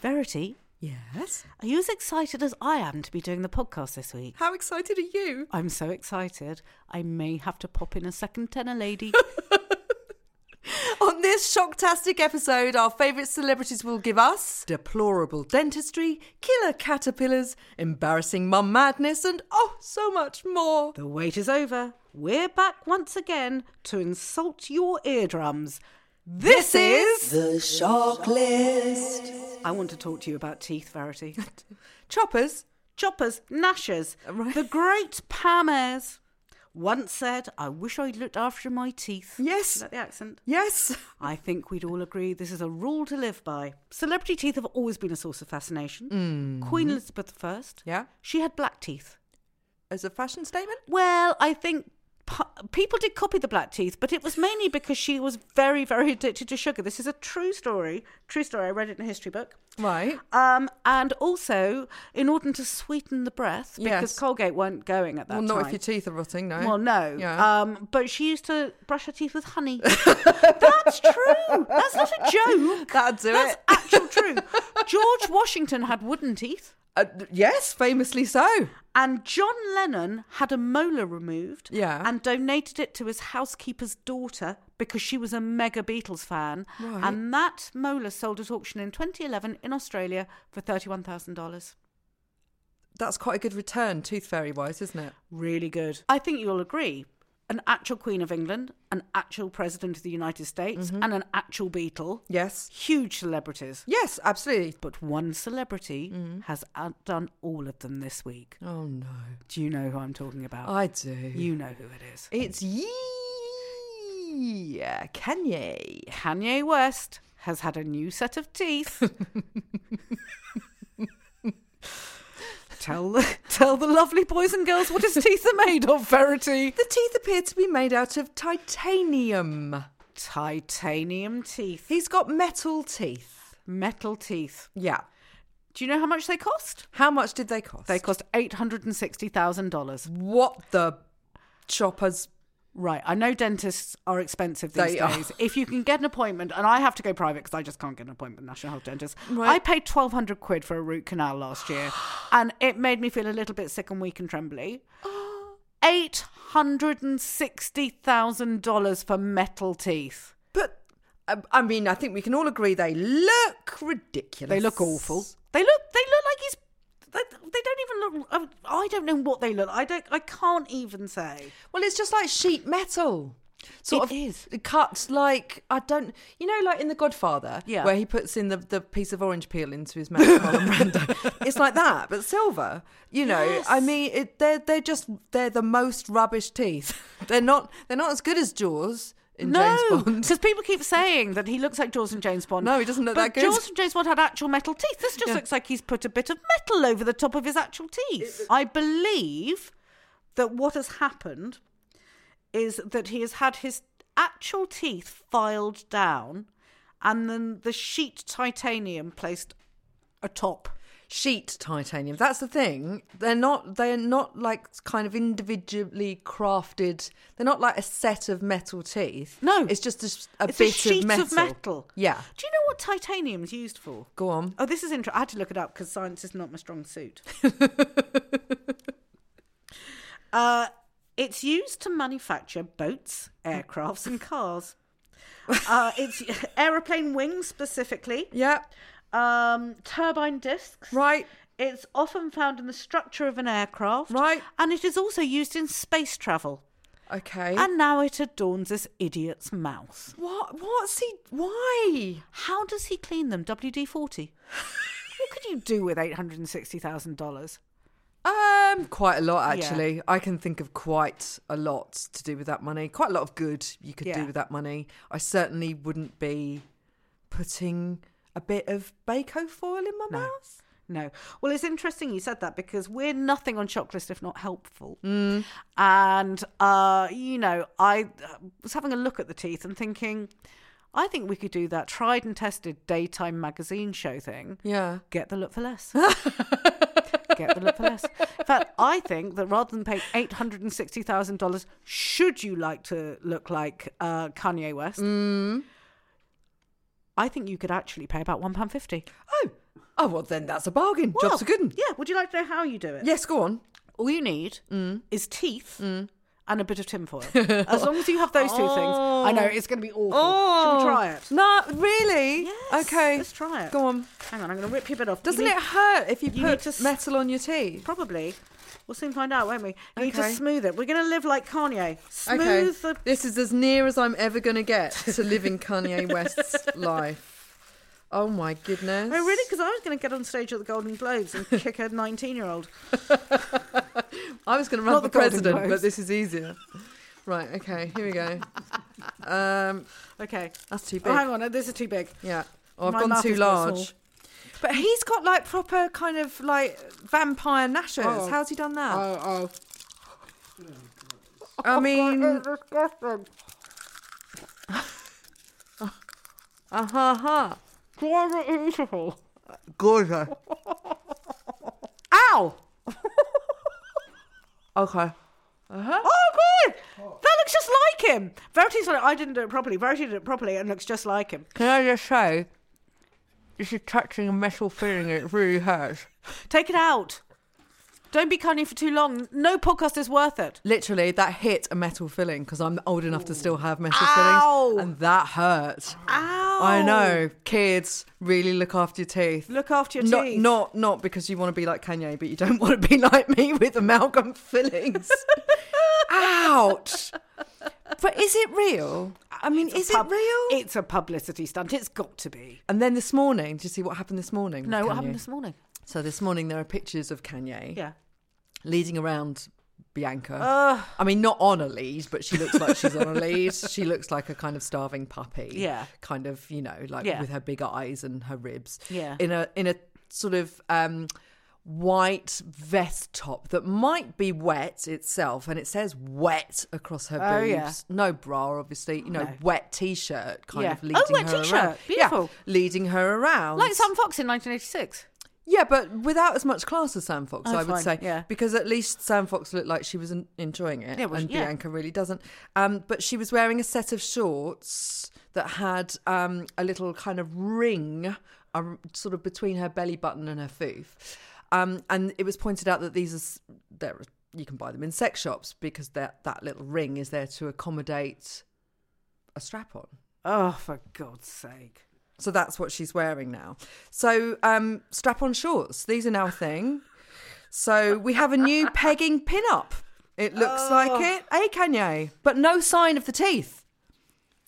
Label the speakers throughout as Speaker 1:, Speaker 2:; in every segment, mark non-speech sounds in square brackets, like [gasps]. Speaker 1: Verity,
Speaker 2: Yes.
Speaker 1: are you as excited as I am to be doing the podcast this week?
Speaker 2: How excited are you?
Speaker 1: I'm so excited. I may have to pop in a second tenor
Speaker 2: [laughs]
Speaker 1: lady.
Speaker 2: On this shocktastic episode, our favourite celebrities will give us deplorable dentistry, killer caterpillars, embarrassing mum madness, and oh, so much more.
Speaker 1: the wait is over. We're back once again to insult your eardrums.
Speaker 2: This is
Speaker 1: I want to talk to you about teeth,
Speaker 2: [laughs]
Speaker 1: Verity.
Speaker 2: Choppers.
Speaker 1: Choppers, gnashers,
Speaker 2: Right.
Speaker 1: the great Pam Ayres once said, I wish I'd looked after my teeth. Is
Speaker 2: Yes.
Speaker 1: that the accent?
Speaker 2: Yes.
Speaker 1: I think we'd all agree this is a rule to live by. Celebrity teeth have always been a source of fascination.
Speaker 2: Mm.
Speaker 1: Queen Elizabeth I,
Speaker 2: Yeah.
Speaker 1: she had black teeth.
Speaker 2: As a fashion statement?
Speaker 1: Well, I think pu- people did copy the black teeth, but it was mainly because she was very, very addicted to sugar. This is a true story. True story. I read it in a history book.
Speaker 2: Right.
Speaker 1: Um, and also, in order to sweeten the breath, because
Speaker 2: Yes.
Speaker 1: Colgate weren't going at that
Speaker 2: Well,
Speaker 1: time.
Speaker 2: not if your teeth are rotting, no.
Speaker 1: Well, no.
Speaker 2: Yeah.
Speaker 1: Um, but she used to brush her teeth with honey. [laughs] That's true. That's not a joke.
Speaker 2: [laughs] That'd do
Speaker 1: That's
Speaker 2: [laughs] it.
Speaker 1: actual true. George Washington had wooden teeth,
Speaker 2: Uh, yes, famously so.
Speaker 1: and John Lennon had a molar removed.
Speaker 2: Yeah.
Speaker 1: And donated it to his housekeeper's daughter because she was a mega Beatles fan.
Speaker 2: Right.
Speaker 1: And that molar sold at auction in 2011 in Australia for thirty-one thousand dollars.
Speaker 2: That's quite a good return, tooth fairy wise, isn't it?
Speaker 1: Really good. I think you'll agree. An actual Queen of England, an actual President of the United States,
Speaker 2: Mm-hmm.
Speaker 1: and an actual Beatle.
Speaker 2: Yes.
Speaker 1: Huge celebrities.
Speaker 2: Yes, absolutely.
Speaker 1: But one celebrity
Speaker 2: Mm-hmm.
Speaker 1: has outdone all of them this week.
Speaker 2: Oh, no.
Speaker 1: Do you know who I'm talking about?
Speaker 2: I do.
Speaker 1: you know who it is.
Speaker 2: It's ye Kanye.
Speaker 1: Kanye West has had a new set of [laughs] teeth. tell, the, tell the lovely boys and girls what his teeth are made of, Verity.
Speaker 2: The teeth appear to be made out of titanium.
Speaker 1: Titanium teeth,
Speaker 2: He's got metal teeth.
Speaker 1: metal teeth.
Speaker 2: Yeah.
Speaker 1: Do you know how much they cost?
Speaker 2: How much did they cost?
Speaker 1: They cost eight hundred and sixty thousand dollars.
Speaker 2: what the choppers?
Speaker 1: Right, I know dentists are expensive these
Speaker 2: They are.
Speaker 1: days. If you can get an appointment, and I have to go private because I just can't get an appointment. with National Health Dentist.
Speaker 2: Right.
Speaker 1: I paid twelve hundred quid for a root canal last
Speaker 2: [gasps]
Speaker 1: year, and it made me feel a little bit sick and weak and trembly. Eight hundred and sixty thousand dollars for metal teeth.
Speaker 2: But I, I mean, I think we can all agree they look ridiculous.
Speaker 1: They look awful. They look. They look like he's. They, they don't even look. I don't know what they look. I don't. I can't even say.
Speaker 2: Well, it's just like sheet metal.
Speaker 1: It
Speaker 2: Sort of
Speaker 1: is.
Speaker 2: cut like I don't, you know, like in The Godfather,
Speaker 1: Yeah.
Speaker 2: where he puts in the, the piece of orange peel into his
Speaker 1: [laughs]
Speaker 2: mouth. Marlon Brando. It's like that, but silver. You know, I mean, it, they're they're just they're the most rubbish teeth. [laughs] They're not they're not as good as Jaws in James Bond. [laughs]
Speaker 1: because people keep saying that he looks like Jaws and James Bond.
Speaker 2: No, he doesn't look
Speaker 1: but
Speaker 2: that good.
Speaker 1: Jaws and James Bond had actual metal teeth. This just
Speaker 2: Yeah.
Speaker 1: looks like he's put a bit of metal over the top of his actual teeth. I believe that what has happened is that he has had his actual teeth filed down, and then the sheet titanium placed atop.
Speaker 2: Sheet titanium. That's the thing. They're not they're not like kind of individually crafted. They're not like a set of metal teeth.
Speaker 1: No.
Speaker 2: it's just a, s- a
Speaker 1: It's
Speaker 2: bit
Speaker 1: a sheet
Speaker 2: of metal. Yeah.
Speaker 1: Do you know what titanium's used for?
Speaker 2: Go on.
Speaker 1: Oh, this is interesting. I had to look it up because science is not my strong [laughs] suit. uh, it's used to manufacture boats, aircrafts, and cars. Uh, it's [laughs] aeroplane wings specifically,
Speaker 2: Yeah.
Speaker 1: um, turbine discs.
Speaker 2: Right.
Speaker 1: It's often found in the structure of an aircraft.
Speaker 2: Right.
Speaker 1: And it is also used in space travel.
Speaker 2: Okay.
Speaker 1: And now it adorns this idiot's mouth.
Speaker 2: what? What's he? Why?
Speaker 1: How does he clean them? WD 40. [laughs] what could you do with $860,000?
Speaker 2: Um, quite a lot
Speaker 1: Yeah.
Speaker 2: actually. I can think of quite a lot to do with that money. Quite a lot of good you could
Speaker 1: Yeah.
Speaker 2: do with that money. I certainly wouldn't be putting a bit of bacon foil in my mouth.
Speaker 1: No. Well, it's interesting you said that because we're nothing on shock list if not helpful. And, uh, you know, I uh, was having a look at the teeth and thinking, I think we could do that tried and tested daytime magazine show thing.
Speaker 2: Yeah.
Speaker 1: Get the look for less. Get the look for less. In fact, I think that rather than paying eight hundred and sixty thousand dollars, should you like to look like uh, Kanye West, I think you could actually pay about one pound fifty.
Speaker 2: Oh, Oh well, then that's a bargain.
Speaker 1: Well,
Speaker 2: Job's a good one.
Speaker 1: Yeah. Would you like to know how you do it? Mm.
Speaker 2: Yes, go on.
Speaker 1: All you need is teeth and a bit of [laughs] tinfoil. as long as you have those two things, I know it's going to be awful. Shall we try it?
Speaker 2: No, really?
Speaker 1: Oh. Yes,
Speaker 2: Okay.
Speaker 1: let's try it.
Speaker 2: Go on.
Speaker 1: Hang on, I'm going to rip your bit off. You
Speaker 2: Doesn't
Speaker 1: need-
Speaker 2: it hurt if you,
Speaker 1: you need
Speaker 2: put
Speaker 1: to s-
Speaker 2: metal on your teeth?
Speaker 1: Probably. We'll soon find out, won't we? You need to
Speaker 2: Okay.
Speaker 1: smooth it. We're going to live like Kanye. Smooth the.
Speaker 2: This is as near as I'm ever going to get to living [laughs] Kanye West's life. Oh my goodness.
Speaker 1: No, really? Because I was going to get on stage at the Golden Globes [laughs] and kick a 19 year old.
Speaker 2: I was going to run
Speaker 1: Not
Speaker 2: for
Speaker 1: the Golden
Speaker 2: president, but
Speaker 1: Globes.
Speaker 2: this is easier. Right, okay, here we [laughs] go. Um,
Speaker 1: Okay.
Speaker 2: that's too big.
Speaker 1: Oh, hang on. uh, This is too big.
Speaker 2: yeah. Oh, I've
Speaker 1: My
Speaker 2: gone
Speaker 1: mouth
Speaker 2: too
Speaker 1: is quite
Speaker 2: large.
Speaker 1: small.
Speaker 2: But he's got like proper kind of like vampire gnashers.
Speaker 1: Oh.
Speaker 2: How's he done that?
Speaker 1: Oh, oh.
Speaker 2: [laughs] I mean, uh
Speaker 1: disgusting.
Speaker 2: huh, huh.
Speaker 1: Why is it eatable?
Speaker 2: Gorgeous.
Speaker 1: Ow!
Speaker 2: Okay. Uh-huh.
Speaker 1: Oh, God! That looks just like him. Verity's like, I didn't do it properly. Verity did it properly and looks just like him.
Speaker 2: Can I just say, this is touching a metal feeling. It really hurts.
Speaker 1: Take it out. Don't be Kanye for too long. No podcast is worth it.
Speaker 2: Literally, that hit a metal filling because I'm old enough to still have metal
Speaker 1: Ow.
Speaker 2: fillings, and that hurt.
Speaker 1: Ow!
Speaker 2: I know, kids, really look after your teeth.
Speaker 1: Look after your
Speaker 2: not,
Speaker 1: teeth.
Speaker 2: not, not because you want to be like Kanye, but you don't [laughs] want to be like me with amalgam [laughs] fillings. Ouch! But is it real? I mean, is
Speaker 1: Pub-
Speaker 2: it real?
Speaker 1: It's a publicity stunt. It's got to be.
Speaker 2: and then this morning, did you see what happened this morning? with
Speaker 1: No, what
Speaker 2: Kanye?
Speaker 1: happened this morning?
Speaker 2: So this morning there are pictures of Kanye
Speaker 1: Yeah.
Speaker 2: leading around Bianca.
Speaker 1: Uh.
Speaker 2: I mean, not on a lead, but she looks like she's on
Speaker 1: [laughs]
Speaker 2: a lead. She looks like a kind of starving puppy.
Speaker 1: Yeah.
Speaker 2: Kind of, you know, like
Speaker 1: Yeah.
Speaker 2: with her big eyes and her ribs.
Speaker 1: Yeah.
Speaker 2: In a in a sort of um white vest top that might be wet itself and it says wet across her
Speaker 1: Oh,
Speaker 2: boobs
Speaker 1: yeah.
Speaker 2: no bra obviously you know
Speaker 1: No.
Speaker 2: wet t-shirt kind
Speaker 1: Yeah.
Speaker 2: of
Speaker 1: Oh,
Speaker 2: leading
Speaker 1: wet
Speaker 2: her
Speaker 1: t-shirt.
Speaker 2: around
Speaker 1: Beautiful.
Speaker 2: yeah, leading her around
Speaker 1: Like Sam Fox in 1986.
Speaker 2: yeah, but without as much class as Sam Fox,
Speaker 1: Oh,
Speaker 2: I would
Speaker 1: fine,
Speaker 2: say.
Speaker 1: yeah.
Speaker 2: Because at least Sam Fox looked like she was en- enjoying it,
Speaker 1: Yeah, well,
Speaker 2: and
Speaker 1: yeah.
Speaker 2: Bianca really doesn't. Um, but she was wearing a set of shorts that had um, a little kind of ring, um, sort of between her belly button and her foof. Um, and it was pointed out that these are s- there are- you can buy them in sex shops because that that little ring is there to accommodate a strap on.
Speaker 1: Oh, for God's sake.
Speaker 2: So that's what she's wearing now. So um, strap on shorts. These are now a thing. So we have a new pegging pin-up. It looks like it. Hey, Kanye. But no sign of the teeth.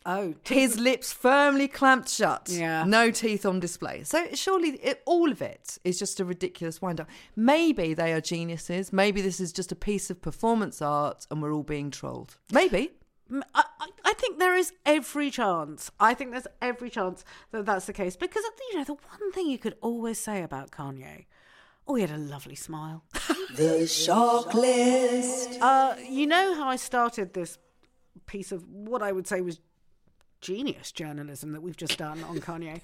Speaker 1: Oh,
Speaker 2: His lips firmly clamped shut.
Speaker 1: Yeah.
Speaker 2: No teeth on display. So surely it, all of it is just a ridiculous wind-up. Maybe they are geniuses. Maybe this is just a piece of performance art and we're all being trolled. Maybe.
Speaker 1: M- I, I- I think there is every chance. I think there's every chance that that's the case because uh, you know the one thing you could always say about Kanye, oh, he had a lovely smile. [laughs] the shock list. Uh, you know how I started this piece of what I would say was genius journalism that we've just done on Kanye,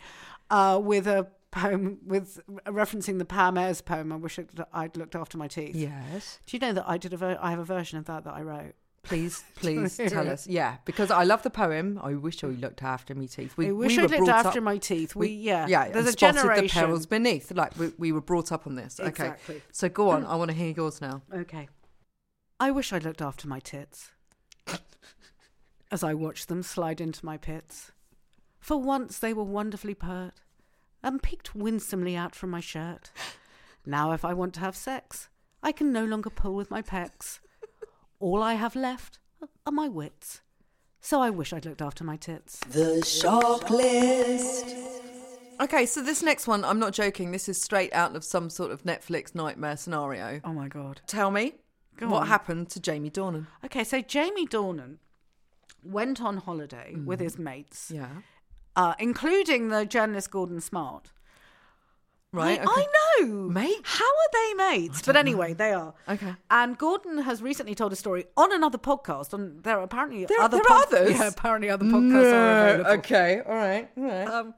Speaker 1: uh, with a poem with referencing the Pam Ayres poem. I wish I'd, I'd looked after my teeth.
Speaker 2: Yes.
Speaker 1: Do you know that I did a ver- I have a version of that that I wrote. [laughs]
Speaker 2: Please, please tell us. Yeah, because I love the poem. I wish I looked after me teeth. We,
Speaker 1: I wish
Speaker 2: we
Speaker 1: I
Speaker 2: were
Speaker 1: looked
Speaker 2: brought
Speaker 1: after
Speaker 2: up-
Speaker 1: my teeth. We, yeah,
Speaker 2: yeah.
Speaker 1: There's
Speaker 2: and
Speaker 1: a
Speaker 2: spotted
Speaker 1: generation.
Speaker 2: the perils beneath. Like we, we were brought up on this. Okay,
Speaker 1: Exactly.
Speaker 2: so
Speaker 1: [clears throat]
Speaker 2: go on. I want to hear yours now.
Speaker 1: Okay. I wish I looked after my tits [coughs] as I watched them slide into my pits. For once they were wonderfully pert and peeked winsomely out from my [gasps] shirt. Now, if I want to have sex, I can no longer pull with my pecs. All I have left are my wits. So I wish I'd looked after my tits.
Speaker 2: Okay, so this next one, I'm not joking. This is straight out of some sort of Netflix nightmare scenario.
Speaker 1: Oh my God.
Speaker 2: Tell me
Speaker 1: Go
Speaker 2: what
Speaker 1: on.
Speaker 2: happened to Jamie Dornan.
Speaker 1: Okay, so Jamie Dornan went on holiday with his mates,
Speaker 2: Mm. Yeah,
Speaker 1: uh, including the journalist Gordon Smart.
Speaker 2: right.
Speaker 1: I,
Speaker 2: okay.
Speaker 1: I know.
Speaker 2: Mate?
Speaker 1: How are they mates? But anyway, they are.
Speaker 2: Okay.
Speaker 1: And Gordon has recently told a story on another podcast. On there are apparently
Speaker 2: There-
Speaker 1: other
Speaker 2: there are
Speaker 1: pod- [laughs]
Speaker 2: others?
Speaker 1: Yeah, apparently other podcasts are available
Speaker 2: okay, all right, all right.
Speaker 1: um,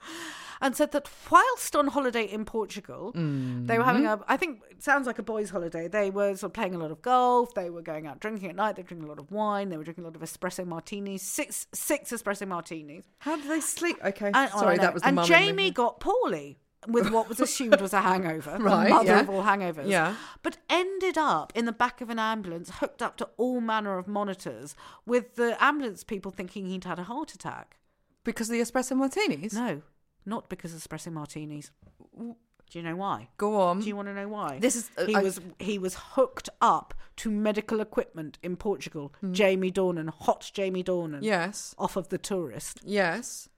Speaker 1: and said that whilst on holiday in Portugal, they were having
Speaker 2: Mm-hmm.
Speaker 1: a, I think it sounds like a boys' holiday. They were sort of playing a lot of golf. They were going out drinking at night. They were drinking a lot of wine. They were drinking a lot of espresso martinis, six six espresso martinis.
Speaker 2: How do they sleep? Okay,
Speaker 1: And, oh, I
Speaker 2: sorry,
Speaker 1: know.
Speaker 2: that was the
Speaker 1: And
Speaker 2: mum in me.
Speaker 1: Jamie got poorly. with what was assumed was a hangover, the
Speaker 2: [laughs] Right,
Speaker 1: mother
Speaker 2: yeah.
Speaker 1: of all hangovers,
Speaker 2: Yeah.
Speaker 1: but ended up in the back of an ambulance, hooked up to all manner of monitors, with the ambulance people thinking he'd had a heart attack.
Speaker 2: because of the espresso martinis.
Speaker 1: No, not because of espresso martinis. Do you know why?
Speaker 2: Go on.
Speaker 1: Do you want to know why?
Speaker 2: mm-hmm. This is-
Speaker 1: he
Speaker 2: I-
Speaker 1: was he was hooked up to medical equipment in Portugal. Jamie Dornan, hot Jamie Dornan,
Speaker 2: yes.
Speaker 1: off of the tourist.
Speaker 2: Yes.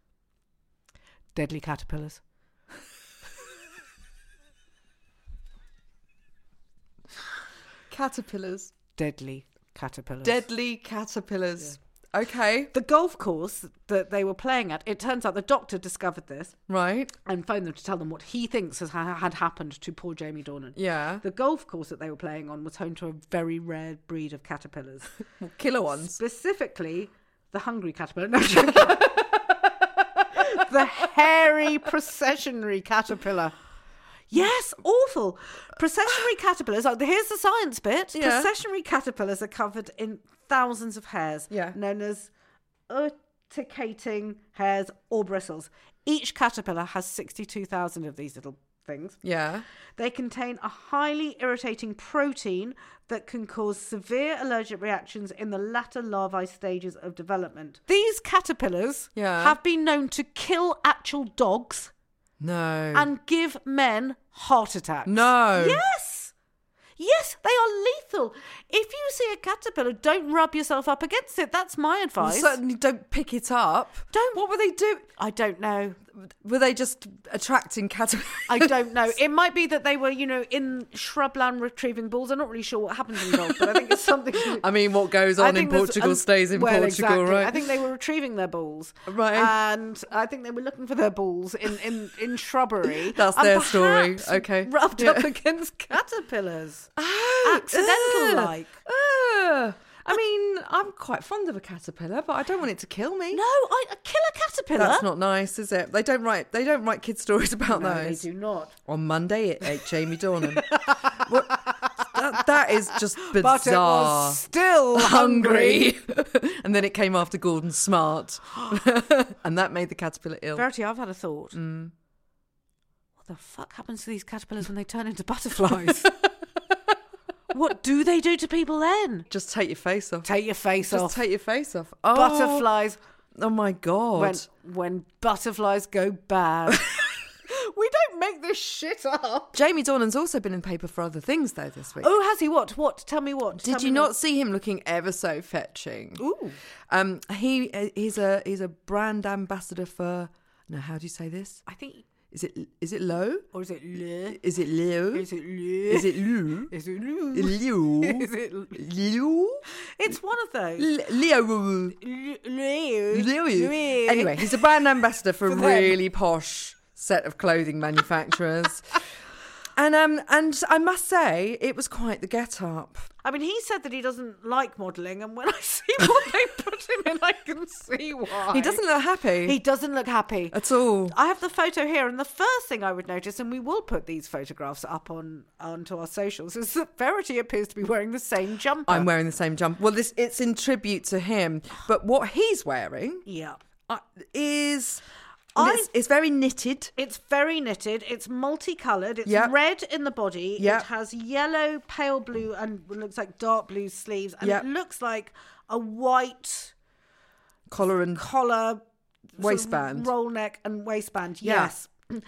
Speaker 1: Deadly caterpillars.
Speaker 2: Caterpillars.
Speaker 1: Deadly caterpillars.
Speaker 2: Deadly caterpillars. Okay.
Speaker 1: the golf course that they were playing at, it turns out the doctor discovered this
Speaker 2: Right.
Speaker 1: and phoned them to tell them what he thinks has ha- had happened to poor Jamie Dornan.
Speaker 2: Yeah.
Speaker 1: The golf course that they were playing on was home to a very rare breed of caterpillars.
Speaker 2: Killer ones.
Speaker 1: specifically the hungry caterpillar. No, I'm joking. [laughs] the hairy processionary caterpillar. Yes, awful. Processionary caterpillars. Like, here's the science bit.
Speaker 2: Yeah.
Speaker 1: Processionary caterpillars are covered in thousands of hairs,
Speaker 2: Yeah.
Speaker 1: known as urticating hairs or bristles. Each caterpillar has 62,000 of these little things.
Speaker 2: Yeah.
Speaker 1: They contain a highly irritating protein that can cause severe allergic reactions in the latter larvae stages of development. These caterpillars
Speaker 2: Yeah.
Speaker 1: have been known to kill actual dogs
Speaker 2: No.
Speaker 1: and give men heart attacks.
Speaker 2: no.
Speaker 1: Yes. Yes, they are lethal. If you see a caterpillar, don't rub yourself up against it. That's my advice.
Speaker 2: Certainly don't pick it up.
Speaker 1: Don't-
Speaker 2: What were they do?
Speaker 1: I don't know.
Speaker 2: Were they just attracting caterpillars?
Speaker 1: I
Speaker 2: [laughs]
Speaker 1: don't know. It might be that they were, you know, in shrubland retrieving balls. I'm not really sure what happens in golf, but I think it's
Speaker 2: [laughs]
Speaker 1: something.
Speaker 2: I mean, what goes
Speaker 1: I
Speaker 2: on in
Speaker 1: think there's-
Speaker 2: Portugal
Speaker 1: and-
Speaker 2: stays in
Speaker 1: well,
Speaker 2: Portugal,
Speaker 1: exactly.
Speaker 2: right?
Speaker 1: I think they were retrieving their balls,
Speaker 2: Right.
Speaker 1: And I think they were looking for their balls in in, in shrubbery.
Speaker 2: [laughs] That's
Speaker 1: and
Speaker 2: their story.
Speaker 1: perhaps
Speaker 2: Okay.
Speaker 1: rubbed
Speaker 2: Yeah.
Speaker 1: up against caterpillars,
Speaker 2: Ugh.
Speaker 1: accidental like.
Speaker 2: Oh, Ugh. I mean, I'm quite fond of a caterpillar, but I don't want it to kill me.
Speaker 1: No, I a killer caterpillar.
Speaker 2: That's not nice, is it? They don't write. They don't write kids' stories about
Speaker 1: No, they
Speaker 2: those.
Speaker 1: do not.
Speaker 2: On Monday, it ate Jamie Dornan. What- that, that is just bizarre.
Speaker 1: But it was still hungry.
Speaker 2: [laughs] hungry. and then it came after Gordon Smart. [laughs] and that made the caterpillar ill.
Speaker 1: Verity, I've had a thought.
Speaker 2: Mm.
Speaker 1: What the fuck happens to these caterpillars when they turn into
Speaker 2: [laughs]
Speaker 1: butterflies? what do they do to people then?
Speaker 2: Just take your face off.
Speaker 1: Take your face
Speaker 2: Just
Speaker 1: off.
Speaker 2: take your face off. Oh,
Speaker 1: Butterflies.
Speaker 2: Oh my god.
Speaker 1: when when butterflies go bad. [laughs] we don't make this shit up.
Speaker 2: Jamie Dornan's also been in the paper for other things though this week.
Speaker 1: Oh, has he what? What? Tell me what. Tell
Speaker 2: Did
Speaker 1: me
Speaker 2: you
Speaker 1: what.
Speaker 2: not see him looking ever so fetching?
Speaker 1: Ooh.
Speaker 2: Um, he he's a he's a brand ambassador for. No, how do you say this?
Speaker 1: I think,
Speaker 2: Is it is it low?
Speaker 1: or is it le?
Speaker 2: Is it Leo?
Speaker 1: Is it le?
Speaker 2: Is
Speaker 1: [laughs]
Speaker 2: it Lou?
Speaker 1: Is it le?
Speaker 2: Leo?
Speaker 1: Is it? le-
Speaker 2: Leo?
Speaker 1: It's one of those.
Speaker 2: Le- Leo?
Speaker 1: Le- le-
Speaker 2: Leo.
Speaker 1: le-
Speaker 2: Anyway, he's a brand ambassador for,
Speaker 1: For
Speaker 2: a
Speaker 1: them.
Speaker 2: really posh set of clothing manufacturers. And um and I must say it was quite the get up.
Speaker 1: I mean, he said that he doesn't like modelling, and when I [laughs] see what they put him in, I can see why.
Speaker 2: He doesn't look happy
Speaker 1: He Uh, doesn't look happy.
Speaker 2: at all.
Speaker 1: I have the photo here, and the first thing I would notice, and we will put these photographs up on onto our socials, is that Verity appears to be wearing the same jumper.
Speaker 2: I'm wearing the same jumper. Well, this it's in tribute to him, but what he's wearing
Speaker 1: yeah.
Speaker 2: uh, is
Speaker 1: I-
Speaker 2: it's, it's very knitted.
Speaker 1: It's very knitted. It's multicolored. It's
Speaker 2: Yep.
Speaker 1: red in the body.
Speaker 2: Yep.
Speaker 1: It has yellow, pale blue, and what looks like dark blue sleeves, and
Speaker 2: Yep.
Speaker 1: it looks like a white
Speaker 2: collar and
Speaker 1: collar, sort of
Speaker 2: Waistband.
Speaker 1: roll neck, and waistband.
Speaker 2: Yeah.
Speaker 1: Yes. [clears throat]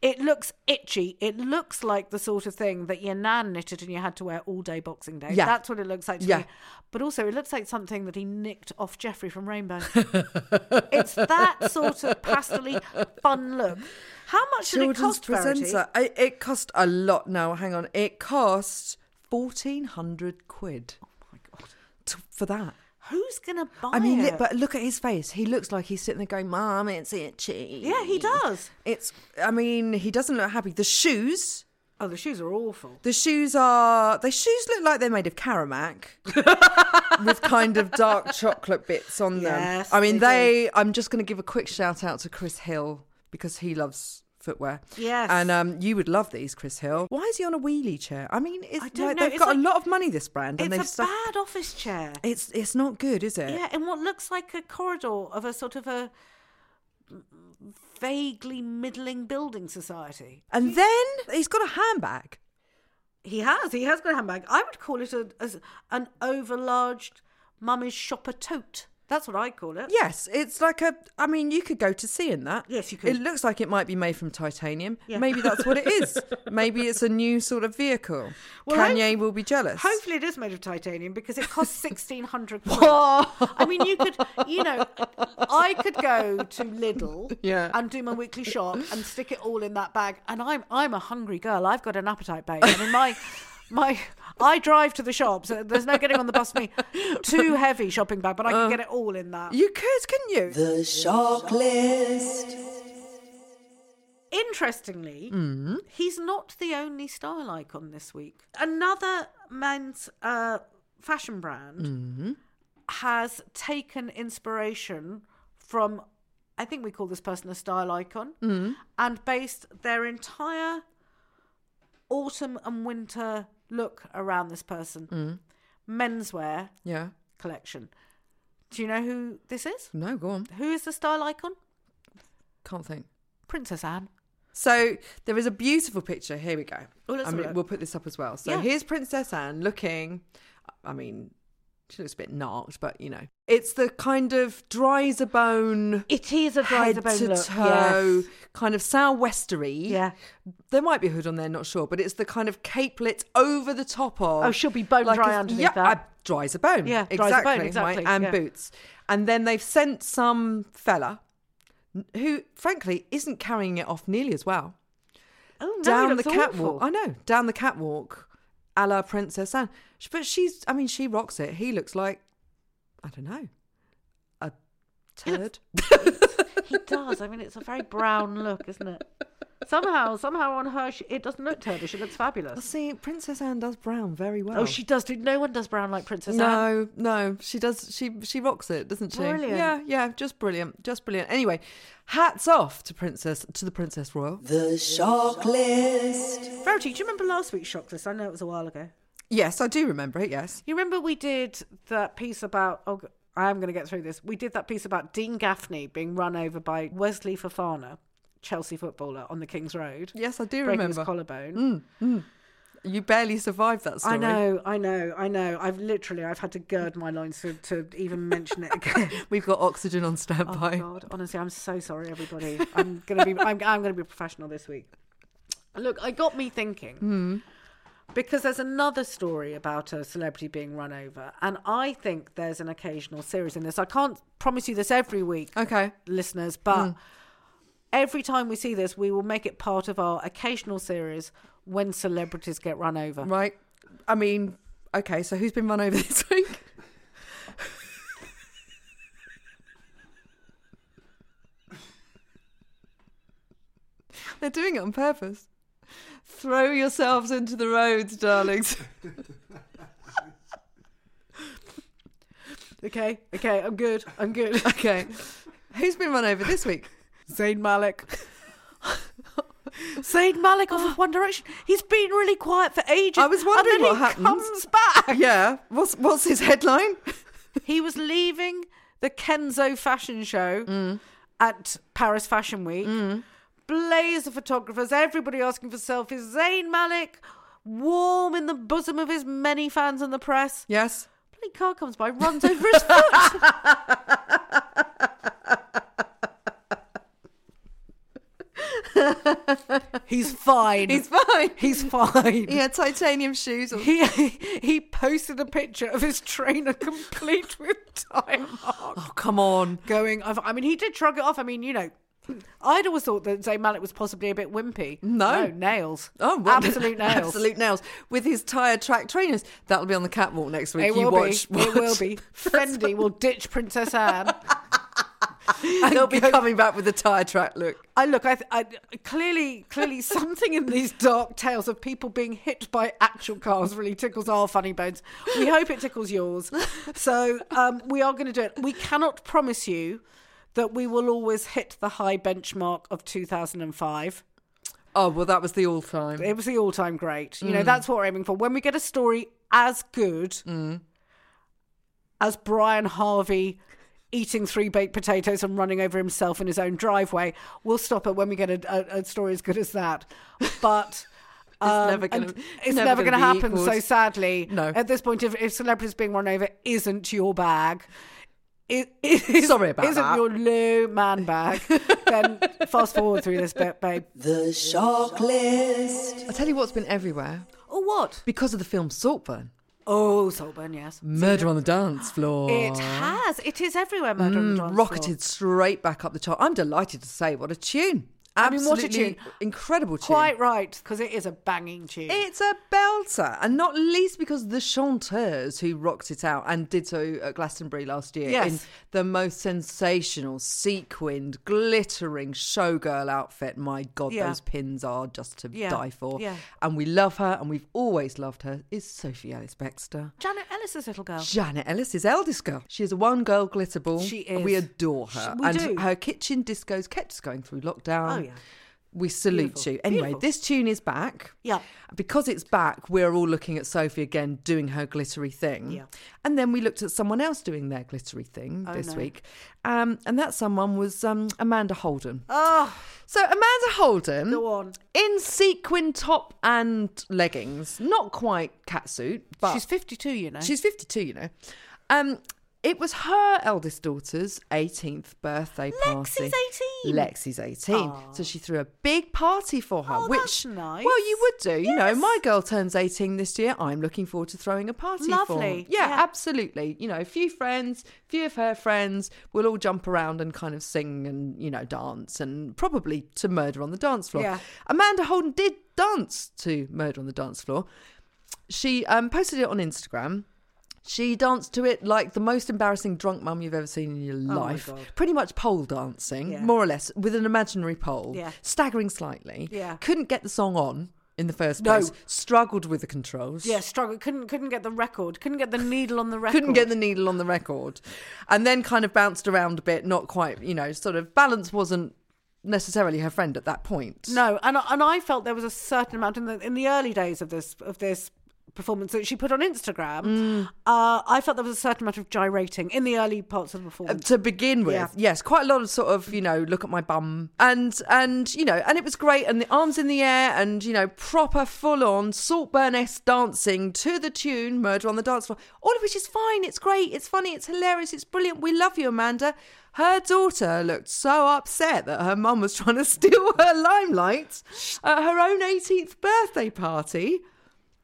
Speaker 1: It looks itchy. It looks like the sort of thing that your nan knitted and you had to wear all day Boxing Day.
Speaker 2: Yeah.
Speaker 1: That's what it looks like to
Speaker 2: Yeah.
Speaker 1: me. But also, it looks like something that he nicked off Jeffrey from Rainbow. [laughs] it's that sort of pastely, fun look. How much did it
Speaker 2: children's
Speaker 1: cost, Verity?
Speaker 2: presenter. I, it cost a lot. Now, hang on. It cost fourteen hundred quid. Oh my god! for that.
Speaker 1: Who's going to buy
Speaker 2: I mean,
Speaker 1: it?
Speaker 2: li- but look at his face. He looks like he's sitting there going, "Mom, it's itchy."
Speaker 1: yeah, he does.
Speaker 2: It's. I mean, he doesn't look happy. The shoes.
Speaker 1: Oh, the shoes are awful.
Speaker 2: The shoes are. The shoes look like they're made
Speaker 1: [laughs]
Speaker 2: of Caramac. with kind of dark chocolate bits on
Speaker 1: Yes,
Speaker 2: them. I mean,
Speaker 1: they
Speaker 2: they. I'm just going to give a quick shout out to Chris Hill because he loves footwear.
Speaker 1: Yes.
Speaker 2: And um, you would love these, Chris Hill. Why is he on a wheelie chair? I mean, it's
Speaker 1: I don't
Speaker 2: like
Speaker 1: know,
Speaker 2: they've
Speaker 1: it's
Speaker 2: got
Speaker 1: like-
Speaker 2: a lot of money this brand, and they've
Speaker 1: It's a
Speaker 2: stuck.
Speaker 1: bad office chair.
Speaker 2: It's it's
Speaker 1: Eh.
Speaker 2: not good, is it?
Speaker 1: Yeah, in what looks like a corridor of a sort of a vaguely middling building society.
Speaker 2: And then he's got a handbag.
Speaker 1: He has. He has got a handbag. I would call it a, as an overlarged mummy's shopper tote. That's what I call it.
Speaker 2: Yes, it's like a. I mean, you could go to sea in that.
Speaker 1: Yes, you could.
Speaker 2: It looks like it might be made from titanium.
Speaker 1: Yeah.
Speaker 2: Maybe that's what
Speaker 1: [laughs]
Speaker 2: it is. Maybe it's a new sort of vehicle.
Speaker 1: Well,
Speaker 2: Kanye will be jealous.
Speaker 1: Hopefully, it is made of titanium because it costs sixteen hundred.
Speaker 2: Oh,
Speaker 1: I mean, you could, you know, I could go to Lidl
Speaker 2: Yeah.
Speaker 1: and do my weekly shop and stick it all in that bag. And I'm I'm a hungry girl. I've got an appetite, babe. I mean, my my I drive to the shops. So there's no getting on the bus. for Me too heavy shopping bag, but I can get it all in that.
Speaker 2: you could, couldn't you?
Speaker 1: Interestingly,
Speaker 2: Mm.
Speaker 1: he's not the only style icon this week. Another men's uh, fashion brand
Speaker 2: Mm.
Speaker 1: has taken inspiration from, I think we call this person a style icon,
Speaker 2: Mm.
Speaker 1: and based their entire autumn and winter look around this
Speaker 2: Mm.
Speaker 1: person. Menswear
Speaker 2: yeah.
Speaker 1: collection. Do you know who this is?
Speaker 2: No, go on.
Speaker 1: Who is the style icon?
Speaker 2: Can't think.
Speaker 1: Princess Anne.
Speaker 2: So there is a beautiful picture. Here we go.
Speaker 1: Oh, let's
Speaker 2: I
Speaker 1: have a
Speaker 2: mean,
Speaker 1: look.
Speaker 2: we'll put this up as well. So
Speaker 1: Yeah.
Speaker 2: here's Princess Anne looking. I mean, she looks a bit narked, but you know, it's the kind of dries a bone,
Speaker 1: It is a
Speaker 2: head
Speaker 1: dried
Speaker 2: to toe, kind of sou'westery.
Speaker 1: Yeah.
Speaker 2: there might be a hood on there, not sure, but it's the kind of capelet over the top of.
Speaker 1: Oh, she'll be bone dry underneath
Speaker 2: yeah,
Speaker 1: that.
Speaker 2: I- dry as a bone.
Speaker 1: Yeah,
Speaker 2: exactly.
Speaker 1: dry as a bone,
Speaker 2: right,
Speaker 1: exactly,
Speaker 2: and
Speaker 1: yeah.
Speaker 2: boots, and then they've sent some fella who, frankly, isn't carrying it off nearly as well
Speaker 1: Oh, no,
Speaker 2: down
Speaker 1: it
Speaker 2: the
Speaker 1: looks
Speaker 2: catwalk.
Speaker 1: awful.
Speaker 2: I know, down the catwalk, a la Princess Anne. Sh- But she's, I mean, she rocks it. He looks like, I don't know, a turd.
Speaker 1: He does. I mean, it's a very brown look, isn't it? Somehow, somehow on her, she, it doesn't look turdish. It looks fabulous.
Speaker 2: See, Princess Anne does brown very well.
Speaker 1: Oh, she does do. No one does brown like Princess Anne.
Speaker 2: No, no, she does. She she rocks it, doesn't she?
Speaker 1: Brilliant.
Speaker 2: Yeah, yeah, just brilliant, just brilliant. Anyway, hats off to Princess to the Princess Royal.
Speaker 1: Verity, do you remember last week's shock list? I know it was a while ago.
Speaker 2: Yes, I do remember it. Yes,
Speaker 1: You remember we did that piece about. Oh, g- I am going to get through this. We did that piece about Dean Gaffney being run over by Wesley Fofana, Chelsea footballer, on the King's Road.
Speaker 2: yes, I do
Speaker 1: breaking
Speaker 2: remember.
Speaker 1: his collarbone.
Speaker 2: You barely survived that story.
Speaker 1: I know, I know, I know. I've literally, I've had to gird my loins to, to even mention it [laughs] again.
Speaker 2: We've got oxygen on standby.
Speaker 1: Oh, God, honestly, I'm so sorry, everybody. I'm gonna be, I'm, I'm gonna be professional this week. Look, I got me thinking because there's another story about a celebrity being run over, and I think there's an occasional series in this. I can't promise you this every week,
Speaker 2: Okay.
Speaker 1: listeners, but every time we see this, we will make it part of our occasional series when celebrities get run over.
Speaker 2: Right. I mean, okay, so who's been run over [laughs] this week? They're doing it on purpose. Throw yourselves into the roads, darlings. [laughs]
Speaker 1: Okay, okay, I'm good, I'm good.
Speaker 2: Okay. Who's been run over this week?
Speaker 1: Zayn Malik. Zayn Malik off
Speaker 2: [gasps]
Speaker 1: of One Direction. He's been really quiet for ages.
Speaker 2: [laughs] I was wondering
Speaker 1: and then
Speaker 2: what
Speaker 1: he
Speaker 2: happened.
Speaker 1: Comes back.
Speaker 2: Yeah. What's what's his headline?
Speaker 1: He was leaving the Kenzo fashion show
Speaker 2: Mm.
Speaker 1: at Paris Fashion Week. Blaze of photographers, everybody asking for selfies. Zayn Malik, warm in the bosom of his many fans and the press.
Speaker 2: Yes.
Speaker 1: Bloody car comes by, runs over his
Speaker 2: [laughs]
Speaker 1: foot. He's fine. [laughs]
Speaker 2: He's fine.
Speaker 1: He's fine.
Speaker 2: He had
Speaker 1: [laughs]
Speaker 2: titanium shoes on.
Speaker 1: He
Speaker 2: [laughs]
Speaker 1: he posted a picture of his trainer complete with tie marks.
Speaker 2: Oh, come on.
Speaker 1: Going, I've- I mean, he did shrug it off. I mean, you know, I'd always thought that Zayn Malik was possibly a bit wimpy.
Speaker 2: No.
Speaker 1: nails.
Speaker 2: Oh, well,
Speaker 1: absolute
Speaker 2: [laughs]
Speaker 1: nails.
Speaker 2: Absolute nails. With his tyre track trainers. That'll be on the catwalk next week.
Speaker 1: It
Speaker 2: you
Speaker 1: will
Speaker 2: watch,
Speaker 1: be.
Speaker 2: watch.
Speaker 1: It will
Speaker 2: [laughs]
Speaker 1: be. Fendi will ditch Princess Anne.
Speaker 2: And they'll be coming back with the tyre track look.
Speaker 1: I look, I, th- I clearly, clearly, something in these dark tales of people being hit by actual cars really tickles our funny bones. We hope it tickles yours. So um, we are going to do it. We cannot promise you that we will always hit the high benchmark of 2005.
Speaker 2: Oh, well, that was the all time.
Speaker 1: It was the all-time great.
Speaker 2: Mm.
Speaker 1: You know, that's what we're aiming for. When we get a
Speaker 2: Mm.
Speaker 1: story as good as Brian Harvey eating three baked potatoes and running over himself in his own driveway. We'll stop it when we get a, a, a story as good as that. But.
Speaker 2: [laughs]
Speaker 1: um,
Speaker 2: It's never gonna-
Speaker 1: and
Speaker 2: it's
Speaker 1: it's
Speaker 2: never
Speaker 1: never going to
Speaker 2: gonna be
Speaker 1: happen. So
Speaker 2: equalled.
Speaker 1: sadly,
Speaker 2: No.
Speaker 1: At this point, if, if celebrities being run over isn't your bag, it, it is,
Speaker 2: [laughs] Sorry about
Speaker 1: isn't
Speaker 2: that.
Speaker 1: your low man bag,
Speaker 2: [laughs]
Speaker 1: then fast forward through this bit, babe.
Speaker 3: The shock list.
Speaker 2: I'll tell you what's been everywhere
Speaker 1: Or what?
Speaker 2: because of the film Saltburn.
Speaker 1: Oh, Saltburn, yes.
Speaker 2: Murder on the dance floor.
Speaker 1: It has. It is everywhere. Murder on the dance floor.
Speaker 2: Mm, rocketed straight back up the chart. I'm delighted to say, what a tune!
Speaker 1: I mean, what a
Speaker 2: Absolutely
Speaker 1: tune.
Speaker 2: Incredible tune.
Speaker 1: Quite right, because it is a banging tune.
Speaker 2: It's a belter, and not least because the chanteurs who rocked it out and did so at Glastonbury last year in
Speaker 1: Yes.
Speaker 2: the most sensational, sequined, glittering showgirl outfit. My God,
Speaker 1: Yeah.
Speaker 2: those pins are just to
Speaker 1: Yeah.
Speaker 2: die for.
Speaker 1: Yeah.
Speaker 2: And we love her, and we've always loved her, is Sophie Ellis Bextor.
Speaker 1: Janet Ellis's little girl.
Speaker 2: Janet Ellis's eldest girl. She is a one girl glitter ball.
Speaker 1: She
Speaker 2: and We
Speaker 1: is.
Speaker 2: adore her.
Speaker 1: She- we
Speaker 2: and
Speaker 1: do.
Speaker 2: her kitchen discos kept us going through
Speaker 1: Oh,
Speaker 2: lockdown.
Speaker 1: yeah.
Speaker 2: We salute
Speaker 1: Beautiful.
Speaker 2: you. Anyway,
Speaker 1: Beautiful.
Speaker 2: this tune is back.
Speaker 1: Yeah.
Speaker 2: Because it's back, we're all looking at Sophie again doing her glittery thing.
Speaker 1: Yeah. Oh,
Speaker 2: And then we looked at someone else doing their glittery thing this
Speaker 1: no.
Speaker 2: week. Um, and that someone was um, Amanda Holden.
Speaker 1: Oh,
Speaker 2: So Amanda Holden
Speaker 1: go on.
Speaker 2: in sequin top and leggings. Not quite catsuit, but
Speaker 1: She's 52, you know.
Speaker 2: She's 52, you know. Um, it was her eldest daughter's 18th birthday party.
Speaker 1: Lexi's 18.
Speaker 2: Lexi's 18. So she threw a big party for her,
Speaker 1: Oh,
Speaker 2: which
Speaker 1: that's nice.
Speaker 2: Well, you would do. You know,
Speaker 1: Yes.
Speaker 2: my girl turns 18 this year. I'm looking forward to throwing a party for.
Speaker 1: Lovely.
Speaker 2: Yeah,
Speaker 1: Yeah.
Speaker 2: absolutely. You know, a few friends, few of her friends, we'll all jump around and kind of sing and, you know, dance and probably to murder on the dance floor.
Speaker 1: Yeah.
Speaker 2: Amanda Holden did dance to murder on the dance floor. She um, posted it on Instagram. She danced to it like the most embarrassing drunk mum you've ever seen in your life.
Speaker 1: Oh God.
Speaker 2: Pretty much pole dancing,
Speaker 1: Yeah.
Speaker 2: more or less, with an imaginary pole,
Speaker 1: Yeah.
Speaker 2: staggering slightly.
Speaker 1: Yeah.
Speaker 2: Couldn't get the song on in the first
Speaker 1: No.
Speaker 2: place. Struggled with the controls.
Speaker 1: yeah, struggled. Couldn't couldn't get the record. Couldn't get the needle on the record.
Speaker 2: Couldn't get the needle on the record. And then kind of bounced around a bit, not quite, you know, sort of balance wasn't necessarily her friend at that point.
Speaker 1: [laughs] No, and I- and I felt there was a certain amount in the in the early days of this of this performance that she put on Instagram.
Speaker 2: Mm.
Speaker 1: Uh, I felt there was a certain amount of gyrating in the early parts of the
Speaker 2: Uh,
Speaker 1: performance.
Speaker 2: to begin with
Speaker 1: Yeah.
Speaker 2: yes quite a lot of sort of you know look at my bum and and you know and it was great and the arms in the air and you know proper full on saltburn-esque dancing to the tune murder on the dance floor all of which is fine it's great it's funny it's hilarious it's brilliant we love you amanda her daughter looked so upset that her mum was [laughs] trying to steal her limelight at her own 18th birthday party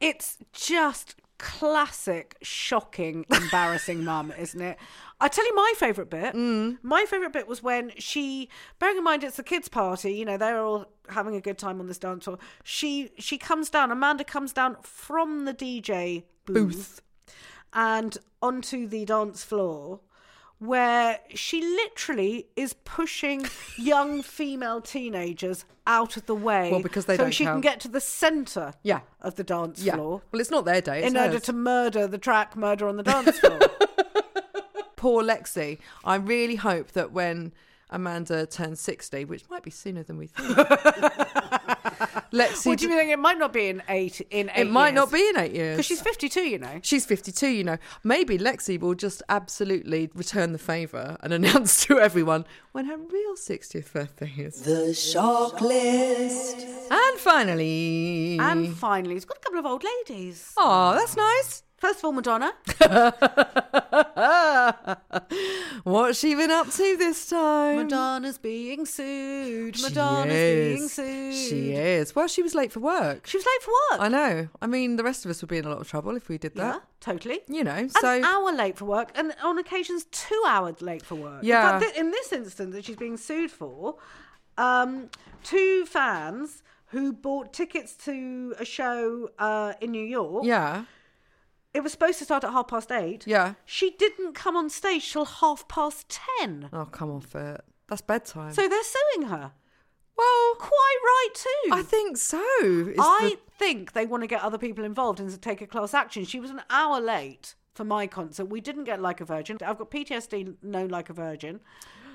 Speaker 1: It's just classic, shocking,
Speaker 2: [laughs]
Speaker 1: embarrassing mum, isn't it? I tell you my favourite bit.
Speaker 2: Mm.
Speaker 1: My favourite bit was when she, bearing in mind it's the kids' party, you know, they're all having a good time on this dance floor. She she comes down, Amanda comes down from the DJ booth. and onto the dance floor where she literally is pushing
Speaker 2: [laughs]
Speaker 1: young female teenagers out of the way
Speaker 2: Well, because they
Speaker 1: so
Speaker 2: don't
Speaker 1: she can
Speaker 2: count.
Speaker 1: get to the center
Speaker 2: Yeah.
Speaker 1: of the dance
Speaker 2: yeah
Speaker 1: floor
Speaker 2: well it's not their day it's
Speaker 1: in order
Speaker 2: hers.
Speaker 1: to murder the track murder [laughs] on the dance floor
Speaker 2: poor Lexi. I really hope that when Amanda turns 60, which might be sooner than we [laughs] think, Lexi.
Speaker 1: what do you think it might not be in eight in eight
Speaker 2: It might not be in eight years.
Speaker 1: because she's 52 you know
Speaker 2: She's 52, you know. Maybe Lexi will just absolutely return the favour and [laughs] announce to everyone when her real 60th birthday is.
Speaker 3: The shock list.
Speaker 2: And finally.
Speaker 1: and finally it's got a couple of old ladies
Speaker 2: Oh, that's nice.
Speaker 1: first of all madonna
Speaker 2: What's she been up to this time?
Speaker 1: madonna's being sued
Speaker 2: She
Speaker 1: madonna's
Speaker 2: is.
Speaker 1: being sued
Speaker 2: She is. Well, she was late for work.
Speaker 1: she was late for
Speaker 2: I
Speaker 1: work
Speaker 2: know. I mean, the rest of us would be in a lot of trouble if we did
Speaker 1: yeah
Speaker 2: that.
Speaker 1: totally
Speaker 2: You know, so
Speaker 1: an hour late for work, and on occasions two hours late for work.
Speaker 2: Yeah.
Speaker 1: In, fact, thi- in this instance that she's being sued for, um, two fans who bought tickets to a show uh, in New York.
Speaker 2: yeah,
Speaker 1: It was supposed to start at half past eight.
Speaker 2: yeah.
Speaker 1: She didn't come on stage till half past ten.
Speaker 2: Oh, come off it. That's bedtime.
Speaker 1: So they're suing her.
Speaker 2: well,
Speaker 1: Quite right too.
Speaker 2: I think so. It's
Speaker 1: I
Speaker 2: the-
Speaker 1: think they want to get other people involved and take a class action. She was an hour late for my concert. We didn't get Like a Virgin. I've got PTSD, no Like a Virgin.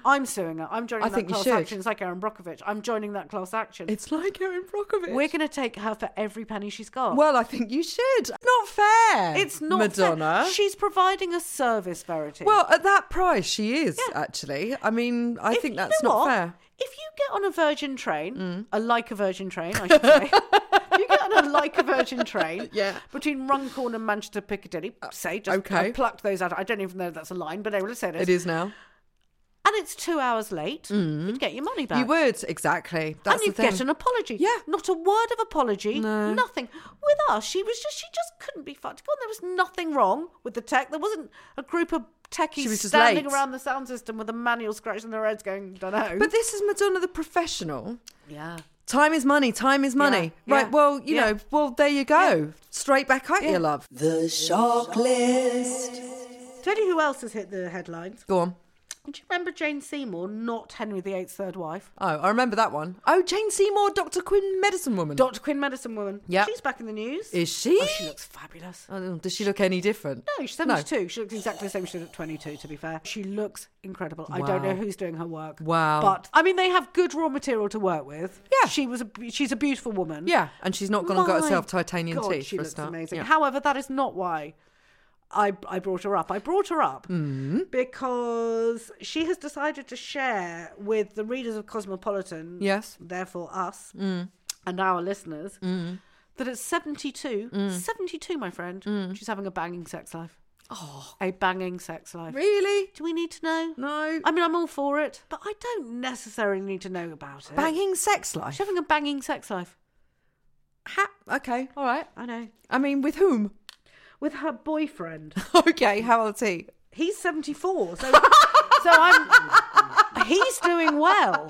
Speaker 1: I'm suing her. I'm joining
Speaker 2: I
Speaker 1: that
Speaker 2: think you
Speaker 1: class
Speaker 2: should.
Speaker 1: action. It's like Aaron Brockovich. I'm joining that class action.
Speaker 2: It's like Erin Brockovich.
Speaker 1: We're going to take her for every penny she's got.
Speaker 2: well, I think you should. Not fair.
Speaker 1: it's not fair.
Speaker 2: Madonna.
Speaker 1: She's providing a service, Verity.
Speaker 2: well, at that price, she is actually. I mean, I
Speaker 1: If-
Speaker 2: think
Speaker 1: you
Speaker 2: that's
Speaker 1: know
Speaker 2: not
Speaker 1: what?
Speaker 2: fair. Mm.
Speaker 1: If you get on a Virgin train, a like a Virgin train, I should
Speaker 2: [laughs]
Speaker 1: say. if you get on a like a Virgin train,
Speaker 2: Yeah. Uh,
Speaker 1: between Runcorn and Manchester Piccadilly, say just
Speaker 2: okay.
Speaker 1: I plucked those out. I don't even know if that's a line, but I will say it is.
Speaker 2: It is now.
Speaker 1: And it's two hours late. You'd get your money back.
Speaker 2: You would exactly. That's
Speaker 1: and you
Speaker 2: the thing.
Speaker 1: get an apology.
Speaker 2: Yeah.
Speaker 1: Not a word of apology.
Speaker 2: No.
Speaker 1: Nothing. With us, she was just she just couldn't be fucked. Go on, there was nothing wrong with the tech. There wasn't a group of techies
Speaker 2: She was just
Speaker 1: standing
Speaker 2: late.
Speaker 1: around the sound system with a manual scratching their heads going, dunno.
Speaker 2: but this is Madonna the professional.
Speaker 1: yeah.
Speaker 2: Time is money. Time is money.
Speaker 1: Yeah,
Speaker 2: Right.
Speaker 1: yeah,
Speaker 2: Well, you
Speaker 1: yeah.
Speaker 2: know. Well, there you go. Straight back at you, love.
Speaker 3: The shock list.
Speaker 1: Tell you who else has hit the headlines.
Speaker 2: Go on.
Speaker 1: Do you remember Jane Seymour, not Henry VIII's third wife?
Speaker 2: Oh, I remember that one. Oh, Jane Seymour, Doctor Quinn, medicine woman.
Speaker 1: Dr. Quinn Medicine Woman.
Speaker 2: Yeah.
Speaker 1: She's back in the news.
Speaker 2: is she?
Speaker 1: Oh, she looks fabulous.
Speaker 2: Oh, does she look any different?
Speaker 1: No, she's 72. She looks exactly the same she did at 22, to be fair. She looks incredible. I don't
Speaker 2: Wow.
Speaker 1: know who's doing her work.
Speaker 2: Wow.
Speaker 1: But, I mean, they have good raw material to work with.
Speaker 2: Yeah.
Speaker 1: She was a, be- she's a beautiful woman.
Speaker 2: Yeah, and she's not gone and got
Speaker 1: My
Speaker 2: herself titanium
Speaker 1: God,
Speaker 2: teeth
Speaker 1: she
Speaker 2: for a
Speaker 1: looks
Speaker 2: start.
Speaker 1: amazing.
Speaker 2: Yeah.
Speaker 1: However, that is not why I, I brought her up. I brought her up because she has decided to share with the readers of Cosmopolitan,
Speaker 2: Yes.
Speaker 1: therefore us, and our listeners, that at 72, 72, my friend, she's having a banging sex life. Mm. Oh. A banging sex life.
Speaker 2: Really?
Speaker 1: Do we need to know?
Speaker 2: No.
Speaker 1: I mean, I'm all for it, but I don't necessarily need to know about it.
Speaker 2: Banging sex life.
Speaker 1: She's having a banging sex life.
Speaker 2: Ha- okay, all right.
Speaker 1: I know.
Speaker 2: I mean, with whom? [laughs]
Speaker 1: With her [laughs] boyfriend.
Speaker 2: okay, how old's he?
Speaker 1: He's 74. [laughs] So, so I'm. He's doing well.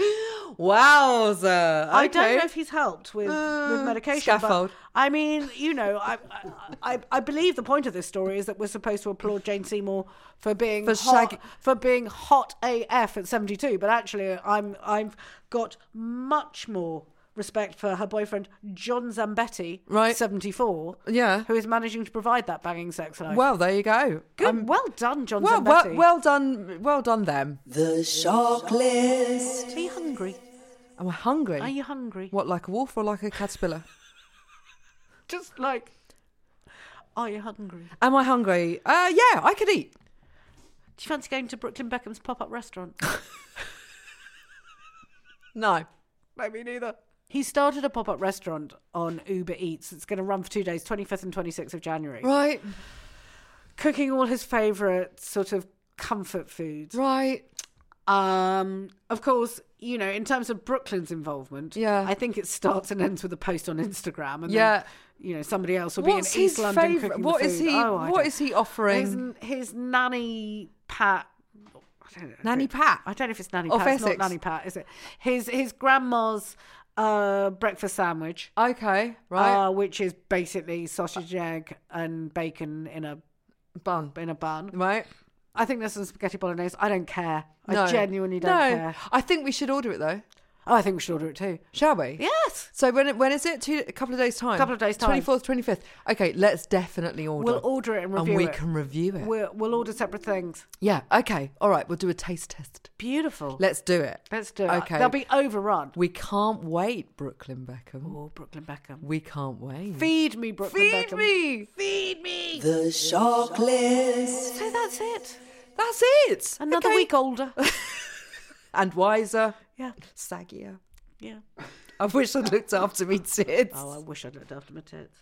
Speaker 2: Wowza.
Speaker 1: I don't know if he's helped with, with medication.
Speaker 2: Uh, scaffold.
Speaker 1: But, I mean, you know, I, I I- I believe the point of this story is that we're supposed to applaud Jane Seymour for being
Speaker 2: For
Speaker 1: hot,
Speaker 2: shaggy-
Speaker 1: for being hot AF at 72, but actually I'm I've got much more respect for her boyfriend John Zambetti,
Speaker 2: Right.
Speaker 1: 74,
Speaker 2: Yeah.
Speaker 1: who is managing to provide that banging sex life.
Speaker 2: Well, there you go.
Speaker 1: Good,
Speaker 2: Um,
Speaker 1: well done, John
Speaker 2: well, well,
Speaker 1: Zambetti.
Speaker 2: well done. Well done, them.
Speaker 3: The shock list.
Speaker 1: Are you hungry?
Speaker 2: Am I hungry?
Speaker 1: Are you hungry?
Speaker 2: What, like a wolf or like a caterpillar?
Speaker 1: Just like, are you hungry?
Speaker 2: Am I hungry? Uh, yeah, I could eat.
Speaker 1: Do you fancy going to Brooklyn Beckham's pop up
Speaker 2: [laughs]
Speaker 1: restaurant?
Speaker 2: No.
Speaker 1: no, me neither. He started a pop up restaurant on Uber Eats. It's going to run for two days, 25th and 26th of January.
Speaker 2: Right,
Speaker 1: Cooking all his favourite sort of comfort foods.
Speaker 2: right.
Speaker 1: Um, of course, you know, in terms of Brooklyn's involvement,
Speaker 2: Yeah.
Speaker 1: I think it starts and ends with a post on Instagram, and
Speaker 2: Yeah.
Speaker 1: then, you know, somebody else will
Speaker 2: What's
Speaker 1: be in East
Speaker 2: his
Speaker 1: London
Speaker 2: favourite?
Speaker 1: cooking
Speaker 2: What
Speaker 1: the
Speaker 2: is
Speaker 1: food.
Speaker 2: he?
Speaker 1: Oh, I
Speaker 2: what
Speaker 1: don't-
Speaker 2: is he offering?
Speaker 1: his, his nanny Pat? I don't know.
Speaker 2: Nanny Pat?
Speaker 1: I don't know if it's nanny
Speaker 2: Off
Speaker 1: Pat. It's not
Speaker 2: Essex?
Speaker 1: nanny Pat, is it? His his grandma's uh, breakfast sandwich,
Speaker 2: okay, right.
Speaker 1: uh, which is basically sausage, egg, and bacon in a
Speaker 2: Bun.
Speaker 1: in a bun.
Speaker 2: Right.
Speaker 1: I think there's some spaghetti bolognese. I don't care.
Speaker 2: No.
Speaker 1: I genuinely don't
Speaker 2: no.
Speaker 1: care.
Speaker 2: I think we should order it though,
Speaker 1: Oh, I think we should order it too.
Speaker 2: shall we?
Speaker 1: Yes.
Speaker 2: So when when is it? Two, a couple of days time.
Speaker 1: Couple of days time.
Speaker 2: Twenty fourth, twenty fifth. Okay, let's definitely order.
Speaker 1: We'll order it and review
Speaker 2: we
Speaker 1: it.
Speaker 2: can review it.
Speaker 1: We'll, we'll order separate things.
Speaker 2: yeah. Okay. All right. We'll do a taste test.
Speaker 1: Beautiful.
Speaker 2: Let's do it.
Speaker 1: Let's do it.
Speaker 2: Okay.
Speaker 1: They'll be overrun.
Speaker 2: We can't wait, Brooklyn Beckham.
Speaker 1: Oh, Brooklyn Beckham.
Speaker 2: We can't wait.
Speaker 1: Feed me, Brooklyn
Speaker 2: Mm. Feed
Speaker 1: Beckham.
Speaker 2: me.
Speaker 1: Feed me.
Speaker 3: The shock list.
Speaker 1: So that's it.
Speaker 2: That's it.
Speaker 1: Another
Speaker 2: Okay.
Speaker 1: week
Speaker 2: [laughs]
Speaker 1: older.
Speaker 2: And wiser,
Speaker 1: yeah,
Speaker 2: saggier.
Speaker 1: yeah.
Speaker 2: [laughs] I wish I'd looked after me tits.
Speaker 1: Oh, I wish I'd looked after my tits.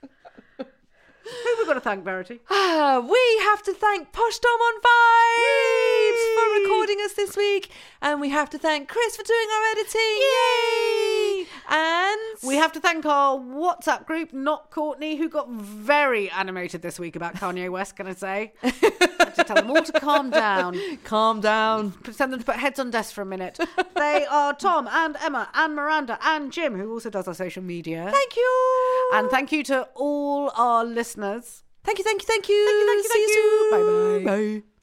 Speaker 1: Who we got to thank, Verity?
Speaker 2: Ah, we have to thank Posh Dom on Vibes for recording us this week, and we have to thank Chris for doing our editing. Yay! And
Speaker 1: We have to thank our WhatsApp group, Not Courtney, who got very animated this week about Kanye West, can I say? had to tell them all to calm down.
Speaker 2: calm down.
Speaker 1: Pretend them to put heads on desks for a minute. They are Tom and Emma and Miranda and Jim, who also does our social media.
Speaker 2: Thank you.
Speaker 1: and thank you to all our listeners.
Speaker 2: thank you, thank you, thank you. Thank you,
Speaker 1: thank you, thank you.
Speaker 2: Bye bye. Bye.